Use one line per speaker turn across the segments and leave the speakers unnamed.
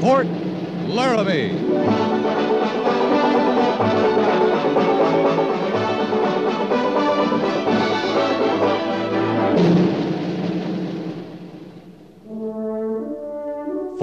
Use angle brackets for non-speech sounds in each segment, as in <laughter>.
Fort Laramie.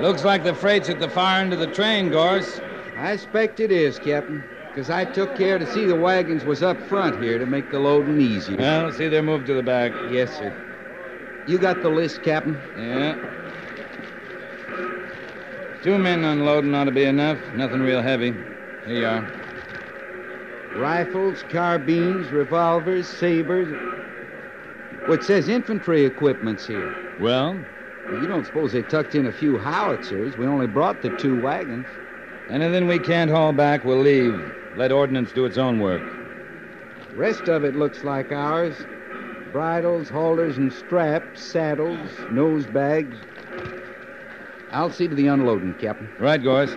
Looks like the freight's at the far end of the train, Gorse.
I expect it is, Captain, because I took care to see the wagons was up front here to make the loading easier.
Well, see, they're moved to the back.
Yes, sir. You got the list, Captain?
Yeah. Two men unloading ought to be enough. Nothing real heavy. Here you are.
Rifles, carbines, revolvers, sabers. Well, it says infantry equipment's here.
Well,
Well, you don't suppose they tucked in a few howitzers? We only brought the two wagons.
anything we can't haul back, we'll leave. Let ordnance do its own work.
Rest of it looks like ours. Bridles, halters, and straps, saddles, nose bags. I'll see to the unloading, Captain.
Right, Gorse.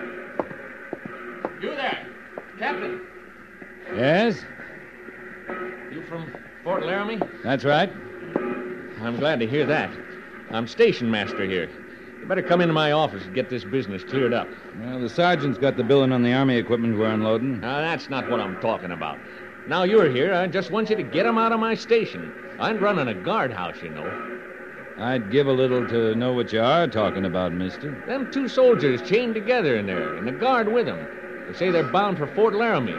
You there, Captain?
Yes,
You from Fort Laramie?
that's right.
I'm glad to hear that. I'm station master here. You better come into my office and get this business cleared up.
Well, the sergeant's got the billing on the army equipment we're unloading.
Now, that's not what I'm talking about. Now you're here. I just want you to get 'em out of my station. I'm running a guardhouse, you know.
I'd give a little to know what you are talking about, mister.
Them two soldiers chained together in there, and the guard with 'em. They say they're bound for Fort Laramie.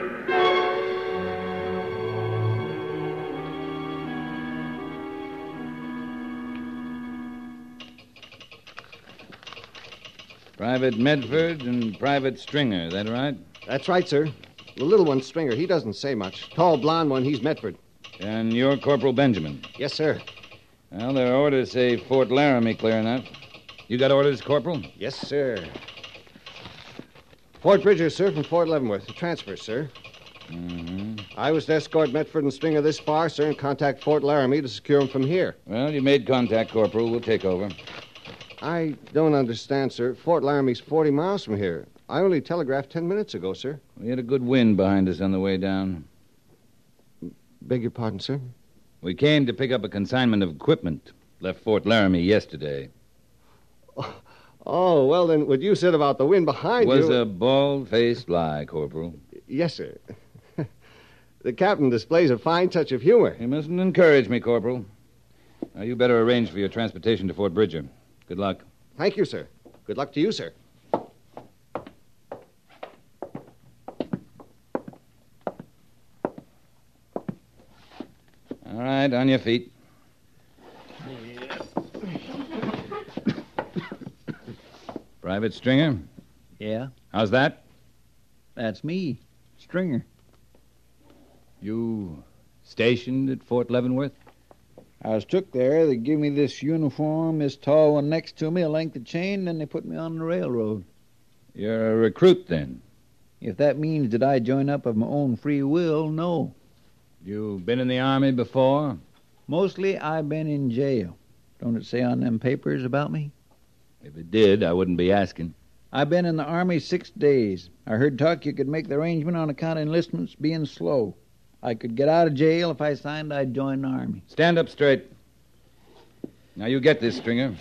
Private Medford and Private Stringer, that right?
That's right, sir. The little one, Stringer, he doesn't say much. Tall, blond one, he's Medford.
And you're Corporal Benjamin.
Yes, sir.
Well, their orders say Fort Laramie clear enough. You got orders, Corporal?
Yes, sir. Fort Bridger, sir, from Fort Leavenworth. A transfer, sir.
Mm-hmm.
I was to escort Medford and Stringer this far, sir, and contact Fort Laramie to secure 'em from here.
Well, you made contact, Corporal. We'll take over.
I don't understand, sir. Fort Laramie's 40 miles from here. I only telegraphed 10 minutes ago, sir.
We had a good wind behind us on the way down.
Beg your pardon, sir.
We came to pick up a consignment of equipment. Left Fort Laramie yesterday.
Oh, well, then, what you said about the wind behind
was
you...
a bald faced lie, Corporal.
Yes, sir. <laughs> the captain displays a fine touch of humor.
You mustn't encourage me, Corporal. Now, you better arrange for your transportation to Fort Bridger. Good luck.
Thank you, sir. Good luck to you, sir.
All right, on your feet. Private Stringer,
Yeah,
how's that?
that's me, Stringer.
You stationed at Fort Leavenworth?
I was took there. They give me this uniform, this tall one next to me, a length of chain, then they put me on the railroad.
You're a recruit then.
If that means that I join up of my own free will, no.
You've been in the army before?
Mostly I've been in jail. Don't it say on them papers about me?
If it did, I wouldn't be asking.
I've been in the army six days. I heard talk you could make the arrangement on account of enlistments being slow. I could get out of jail if I signed I'd join the army.
Stand up straight. Now you get this, Stringer.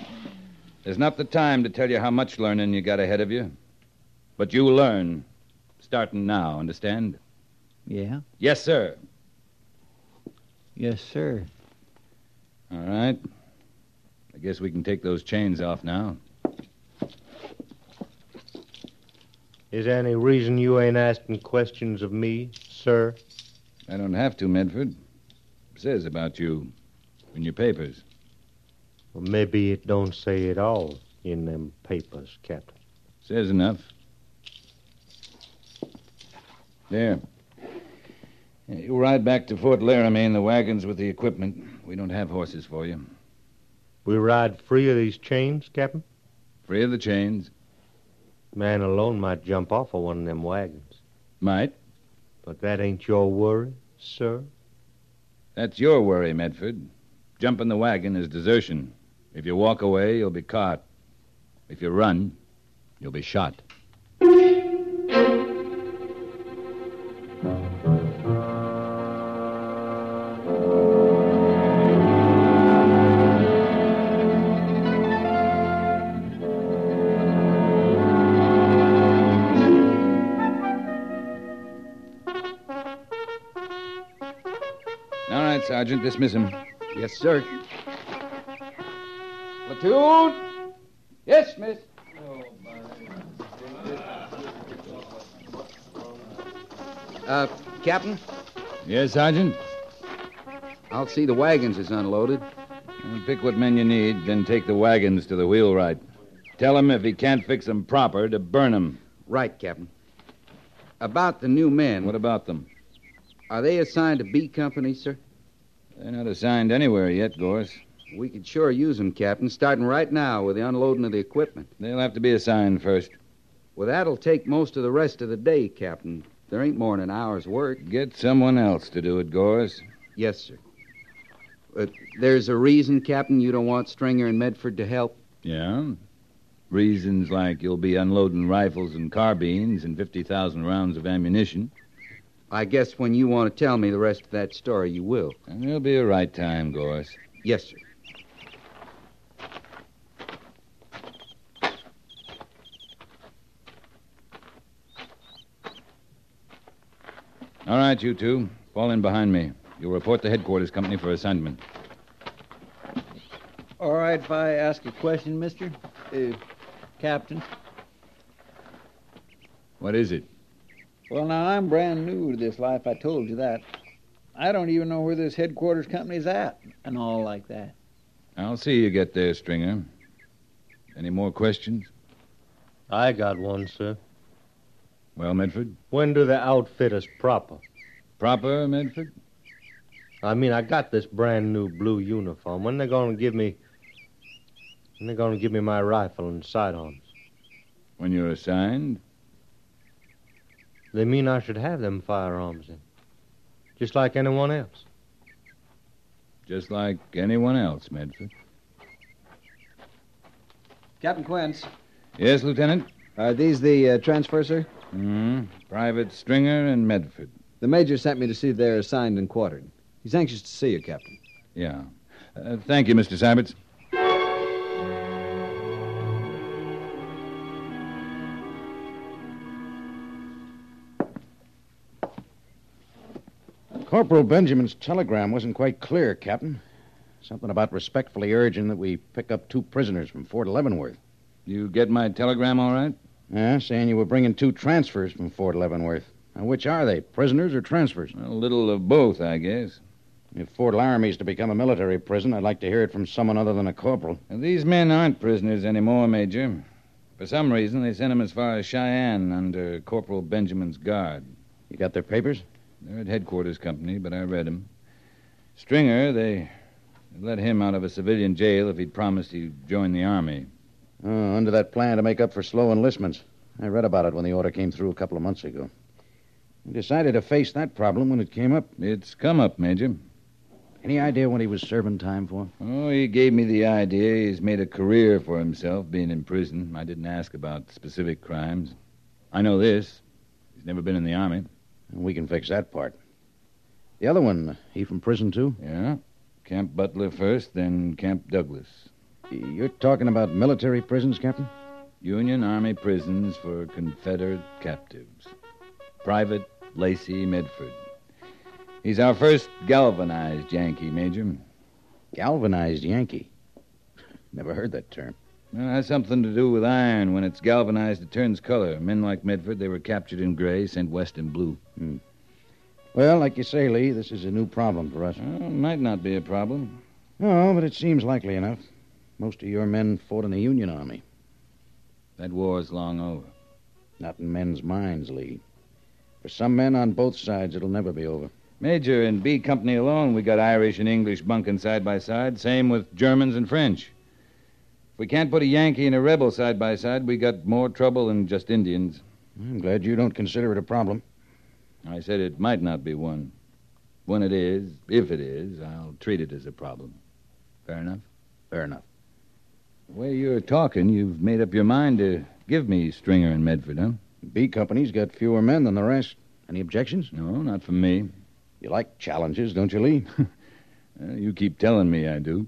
There's not the time to tell you how much learning you got ahead of you. But you learn. Starting now, understand?
Yeah?
Yes, sir.
Yes, sir.
All right. I guess we can take those chains off now.
Is there any reason you ain't asking questions of me, sir?
I don't have to, Medford. says about you in your papers.
Well, maybe it don't say it all in them papers, Captain.
Says enough. There. Yeah, You ride back to Fort Laramie in the wagons with the equipment. We don't have horses for you.
We ride free of these chains, Captain.
Free of the chains.
Man alone might jump off of one of them wagons.
Might.
But that ain't your worry, sir.
That's your worry, Medford. Jumping the wagon is desertion. If you walk away, you'll be caught. If you run, you'll be shot. All right, Sergeant, dismiss him.
Yes, sir.
Platoon! Yes, miss.
Uh, Captain,
Yes, Sergeant?
I'll see the wagons is unloaded.
You pick what men you need, then take the wagons to the wheelwright. Tell him if he can't fix 'em proper, to burn 'em.
Right, Captain. About the new men,
And what about them?
are they assigned to B Company, sir?
They're not assigned anywhere yet, Gorse.
We could sure use them, Captain, starting right now with the unloading of the equipment.
They'll have to be assigned first.
Well, that'll take most of the rest of the day, Captain. There ain't more than an hour's work.
Get someone else to do it, Gorse.
Yes, sir. Uh, there's a reason, Captain, you don't want Stringer and Medford to help.
Yeah? Reasons like you'll be unloading rifles and carbines and 50,000 rounds of ammunition.
I guess when you want to tell me the rest of that story, you will.
And there'll be a right time, Gorse.
Yes, sir.
All right, you two. Fall in behind me. You'll report to headquarters company for assignment.
All right, if I ask a question, mister? Uh, Captain?
What is it?
Well, now, I'm brand new to this life. I told you that. I don't even know where this headquarters company's at and all like that.
I'll see you get there, Stringer. Any more questions?
I got one, sir.
Well, Medford?
When do they outfit us proper?
Proper, Medford?
I mean, I got this brand new blue uniform. When they gonna give me? When they gonna give me my rifle and sidearms?
When you're assigned?
They mean I should have them firearms then, just like anyone else.
Just like anyone else, Medford.
Captain Quince.
Yes, Lieutenant?
Are these the uh, transfer, sir?
hmm Private Stringer and Medford.
The major sent me to see they're assigned and quartered. He's anxious to see you, Captain.
Yeah. Uh, thank you, Mr. Sabbats.
Corporal Benjamin's telegram wasn't quite clear, Captain. Something about respectfully urging that we pick up two prisoners from Fort Leavenworth.
You get my telegram all right?
Yeah, saying you were bringing two transfers from Fort Leavenworth. Now, which are they, prisoners or transfers?
A little of both, I guess.
If Fort Laramie's to become a military prison, I'd like to hear it from someone other than a corporal.
And these men aren't prisoners anymore, Major. For some reason, they sent 'em as far as Cheyenne under Corporal Benjamin's guard.
You got their papers?
They're at headquarters company, but I read 'em. Stringer, they let him out of a civilian jail if he'd promised he'd join the army.
Oh, under that plan to make up for slow enlistments. I read about it when the order came through a couple of months ago. We decided to face that problem when it came up.
It's come up, Major.
Any idea what he was serving time for?
Oh, he gave me the idea he's made a career for himself being in prison. I didn't ask about specific crimes. I know this. He's never been in the army.
We can fix that part. The other one, he from prison, too?
Yeah. Camp Butler first, then Camp Douglas.
You're talking about military prisons, Captain?
Union Army prisons for Confederate captives. Private Lacey Medford. He's our first galvanized Yankee, Major.
Galvanized
<laughs>
Yankee. Never heard that term.
Well, it has something to do with iron. When it's galvanized, it turns color. Men like Medford, they were captured in gray, sent west in blue.
Hmm.
Well, like you say, Lee, this is a new problem for us.
Well, might not be a problem.
No, but it seems likely enough. Most of your men fought in the Union Army.
That war's long over.
Not in men's minds, Lee. For some men on both sides, it'll never be over.
Major, in B Company alone, we got Irish and English bunking side by side, same with Germans and French. If we can't put a Yankee and a rebel side by side, we got more trouble than just Indians.
I'm glad you don't consider it a problem.
I said it might not be one. When it is, if it is, I'll treat it as a problem. Fair enough?
Fair enough.
The way you're talking, you've made up your mind to give me Stringer and Medford, huh?
B Company's got fewer men than the rest. Any objections?
No, not for me.
You like challenges, don't
<laughs>
you, Lee?
Uh, you keep telling me I do.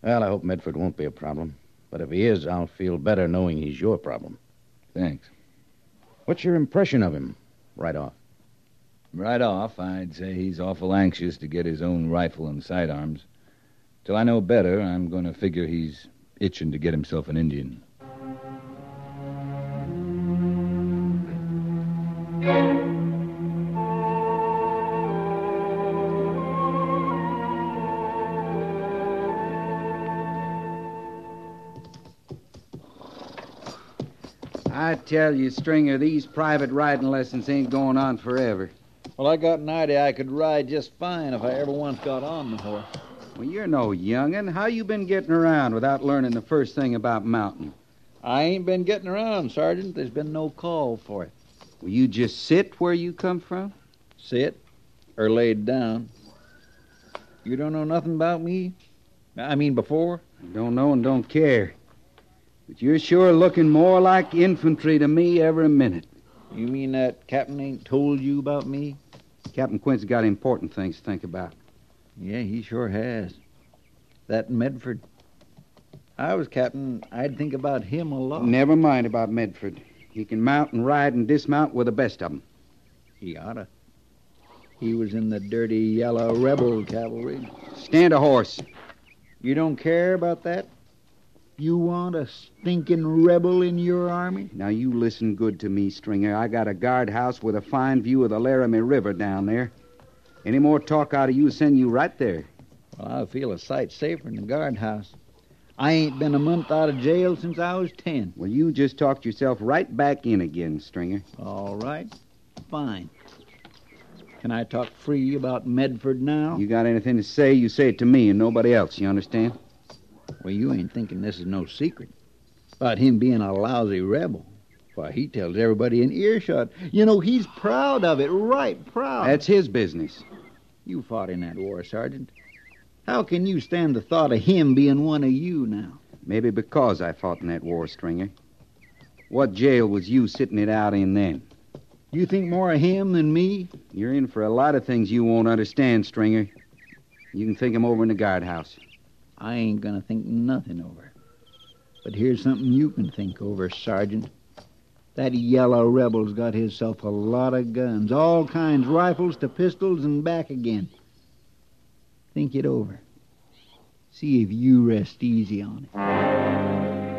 Well, I hope Medford won't be a problem. But if he is, I'll feel better knowing he's your problem.
Thanks.
What's your impression of him, right off?
Right off, I'd say he's awful anxious to get his own rifle and sidearms. Till I know better, I'm going to figure he's itching to get himself an Indian.
I tell you, Stringer, these private riding lessons ain't going on forever.
Well, I got an idea I could ride just fine if I ever once got on the horse.
Well, you're no young'un. How you been getting around without learning the first thing about mounting?
I ain't been getting around, Sergeant. There's been no call for it.
Will you just sit where you come from?
Sit or laid down. You don't know nothing about me? I mean, before?
Don't know and don't care. But you're sure looking more like infantry to me every minute.
You mean that Captain ain't told you about me?
Captain Quint's got important things to think about.
Yeah, he sure has. That Medford. I was captain, I'd think about him a lot.
Never mind about Medford. He can mount and ride and dismount with the best of 'em.
He oughta. He was in the dirty yellow rebel cavalry.
Stand a horse.
You don't care about that? You want a stinking rebel in your army?
Now you listen good to me, Stringer. I got a guardhouse with a fine view of the Laramie River down there. Any more talk out of you send you right there.
Well, I feel a sight safer in the guardhouse. I ain't been a month out of jail since I was ten.
Well, you just talked yourself right back in again, Stringer.
All right, fine. Can I talk free about Medford now?
You got anything to say, you say it to me and nobody else, you understand?
Well, you ain't thinking this is no secret about him being a lousy rebel. Why, he tells everybody in earshot. You know, he's proud of it, right proud.
That's his business.
You fought in that war, Sergeant. How can you stand the thought of him being one of you now?
Maybe because I fought in that war, Stringer. What jail was you sitting it out in then?
You think more of him than me?
You're in for a lot of things you won't understand, Stringer. You can think 'em over in the guardhouse.
I ain't gonna think nothing over. But here's something you can think over, Sergeant. That yellow rebel's got himself a lot of guns, all kinds, rifles to pistols and back again. Think it over. See if you rest easy on it.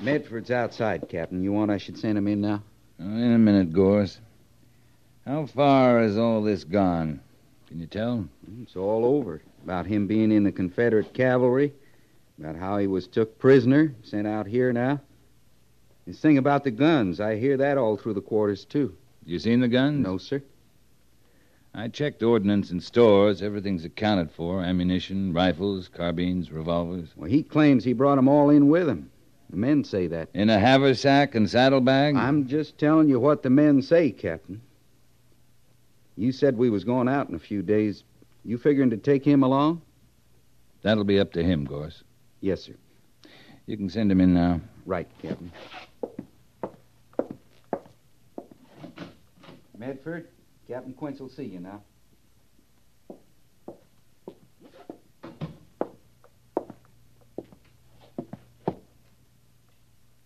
Medford's outside, Captain. You want I should send him in now?
Uh, in a minute, Gorse. How far has all this gone? Can you tell?
Mm, It's all over. About him being in the Confederate cavalry, about how he was took prisoner, sent out here now. This thing about the guns, I hear that all through the quarters, too.
You seen the guns?
No, sir.
I checked ordnance and stores. Everything's accounted for ammunition, rifles, carbines, revolvers.
Well, he claims he brought 'em all in with him. The men say that.
In a haversack and saddlebag?
I'm just telling you what the men say, Captain. You said we was going out in a few days. You figuring to take him along?
That'll be up to him, Gorse.
Yes, sir.
You can send him in now.
Right, Captain. Medford, Captain Quince will see you now.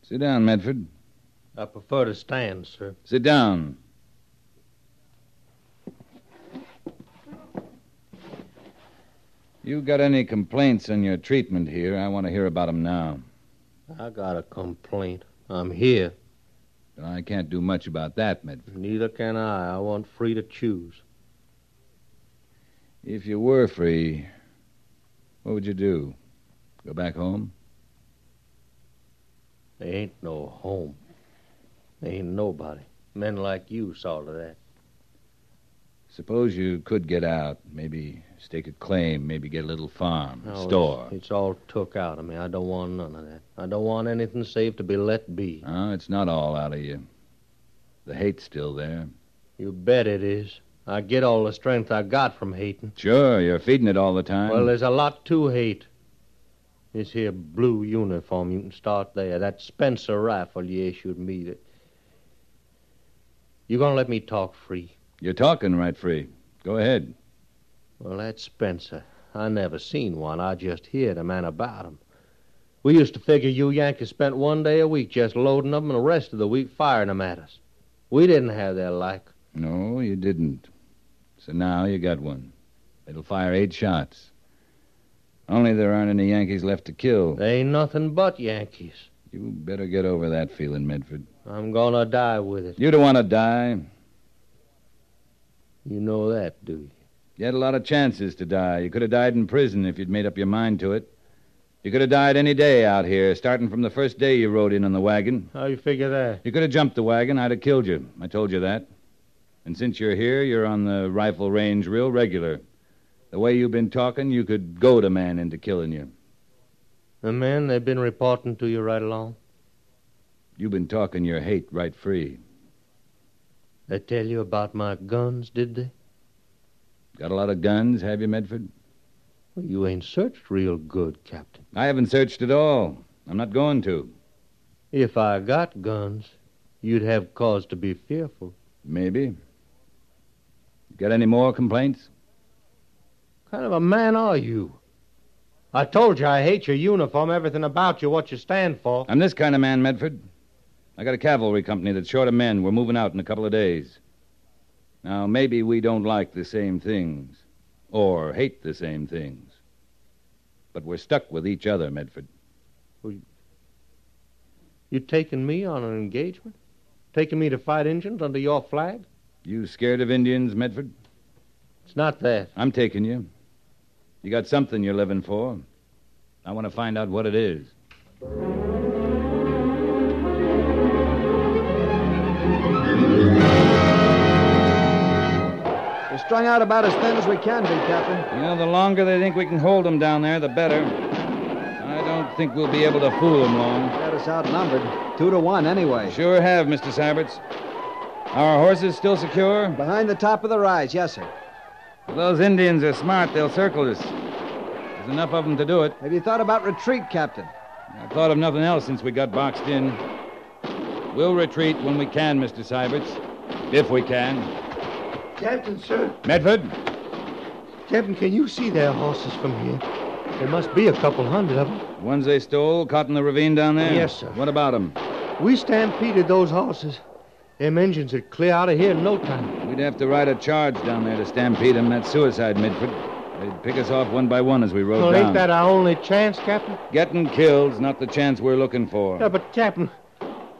Sit down, Medford.
I prefer to stand, sir.
Sit down.
You got any complaints on your treatment here? I want to hear about 'em now.
I got a complaint. I'm here.
Well, I can't do much about that, Medford.
Neither can I. I want free to choose.
If you were free, what would you do? Go back home?
There ain't no home. There ain't nobody. Men like you saw to that.
Suppose you could get out, maybe stake a claim, maybe get a little farm,
No, it's-
store.
It's, all took out of me. I don't want none of that. I don't want anything save to be let be.
Oh, it's not all out of you. The hate's still there.
You bet it is. I get all the strength I got from hating.
Sure, you're feeding it all the time.
Well, there's a lot to hate. This here blue uniform, you can start there. That Spencer rifle you issued me. That... You gonna let me talk free?
You're talking right free. Go ahead.
Well, that's Spencer. I never seen one. I just heard a man about him. We used to figure you Yankees spent one day a week just loading 'em and the rest of the week firing 'em at us. We didn't have their like.
No, you didn't. So now you got one. It'll fire eight shots. Only there aren't any Yankees left to kill.
They ain't nothing but Yankees.
You better get over that feeling, Medford.
I'm gonna die with it.
You don't want to die.
You know that, do you?
You had a lot of chances to die. You could have died in prison if you'd made up your mind to it. You could have died any day out here, starting from the first day you rode in on the wagon.
How you figure that?
You could have jumped the wagon. I'd have killed you. I told you that. And since you're here, you're on the rifle range real regular. The way you've been talking, you could goad a man into killing you.
The men, they've been reporting to you right along.
You've been talking your hate right free.
They tell you about my guns, did they?
Got a lot of guns, have you, Medford?
Well, you ain't searched real good, Captain.
I haven't searched at all. I'm not going to.
If I got guns, you'd have cause to be fearful.
Maybe. Got any more complaints?
kind of a man are you? I told you I hate your uniform, everything about you, what you stand for.
I'm this kind of man, Medford. I got a cavalry company that's short of men. We're moving out in a couple of days. Now, maybe we don't like the same things, or hate the same things. But we're stuck with each other, Medford.
You taking me on an engagement? Taking me to fight Indians under your flag?
You scared of Indians, Medford?
It's not that.
I'm taking you. You got something you're living for. I want to find out what it is.
We're strung out about as thin as we can be, Captain.
You know, the longer they think we can hold 'em down there, the better. I don't think we'll be able to fool 'em long.
Got us outnumbered. Two to one, anyway.
Sure have, Mr. Saberts. Our horses still secure?
Behind the top of the rise, yes, sir.
If those Indians are smart. They'll circle us. There's enough of 'em to do it.
Have you thought about retreat, Captain?
I've thought of nothing else since we got boxed in. We'll retreat when we can, Mr. Syberts. If we can.
Captain, sir.
Medford?
Captain, can you see their horses from here? There must be a couple hundred of them.
The ones they stole caught in the ravine down there?
Yes, sir.
What about 'em?
We stampeded those horses. Them engines would clear out of here in no time.
We'd have to ride a charge down there to stampede 'em. That's suicide, Medford. They'd pick us off one by one as we rode
Well,
down.
ain't that our only chance, Captain?
Getting killed's not the chance we're looking for.
Yeah, but Captain,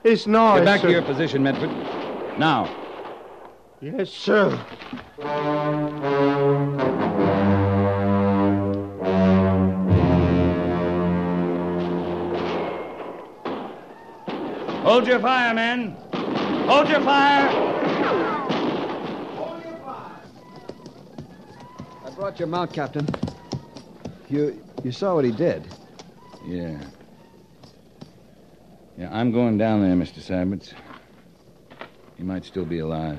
it's noise.
Get back
sir.
to your position, Medford. Now.
Yes, sir.
Hold your fire, men. Hold your fire.
I brought your mount, Captain. You you saw what he did.
Yeah. Yeah, I'm going down there, Mr. Saberts. He might still be alive.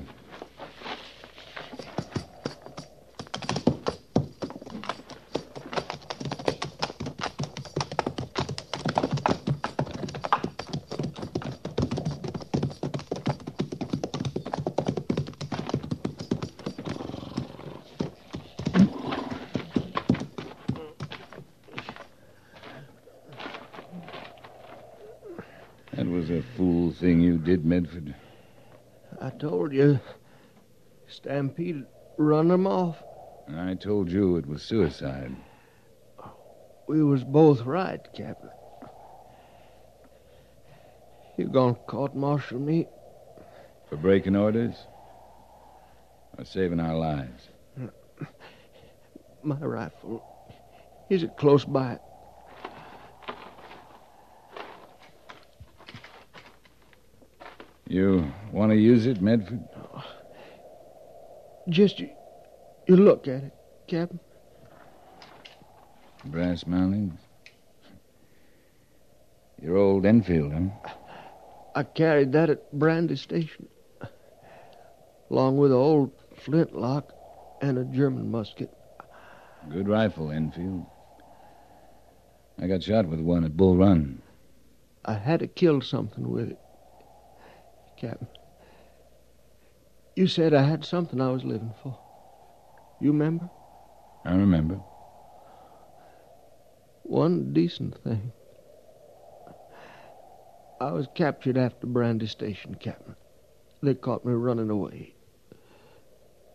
That was a fool thing you did, Medford.
I told you. Stampede, run them off.
I told you it was suicide.
We was both right, Captain. You gonna court martial me?
For breaking orders? Or saving our lives?
My rifle. Is it close by?
You want to use it, Medford?
Just you, you look at it, Captain.
Brass mountings? Your old Enfield, huh?
I carried that at Brandy Station, along with an old flintlock and a German musket.
Good rifle, Enfield. I got shot with one at Bull Run.
I had to kill something with it, Captain. You said I had something I was living for. You remember?
I remember.
One decent thing. I was captured after Brandy Station, Captain. They caught me running away.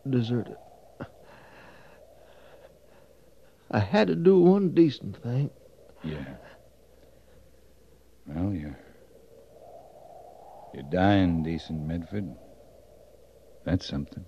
Deserted. I had to do one decent thing.
Yeah. Well, you're. You're dying decent, Medford. That's something.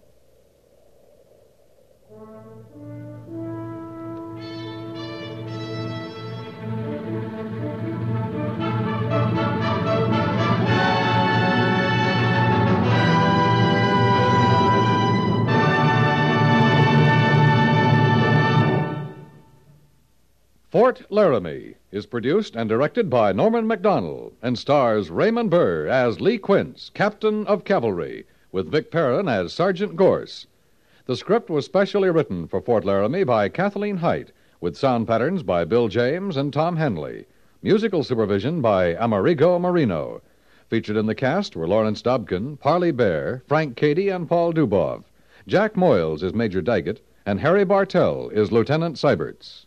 Fort Laramie is produced and directed by Norman MacDonald and stars Raymond Burr as Lee Quince, Captain of Cavalry, with Vic Perrin as Sergeant Gorse. The script was specially written for Fort Laramie by Kathleen Height, with sound patterns by Bill James and Tom Henley. Musical supervision by Amerigo Marino. Featured in the cast were Lawrence Dobkin, Parley Bear, Frank Cady, and Paul Dubov. Jack Moyles is Major Daggett, and Harry Bartell is Lieutenant Syberts.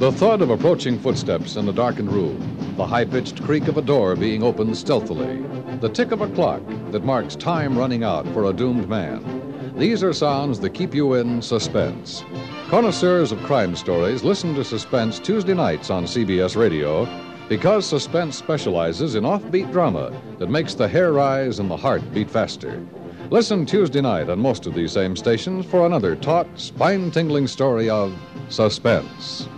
The thud of approaching footsteps in a darkened room, the high pitched creak of a door being opened stealthily, the tick of a clock that marks time running out for a doomed man. These are sounds that keep you in suspense. Connoisseurs of crime stories listen to Suspense Tuesday nights on CBS Radio because Suspense specializes in offbeat drama that makes the hair rise and the heart beat faster. Listen Tuesday night on most of these same stations for another taut, spine tingling story of suspense.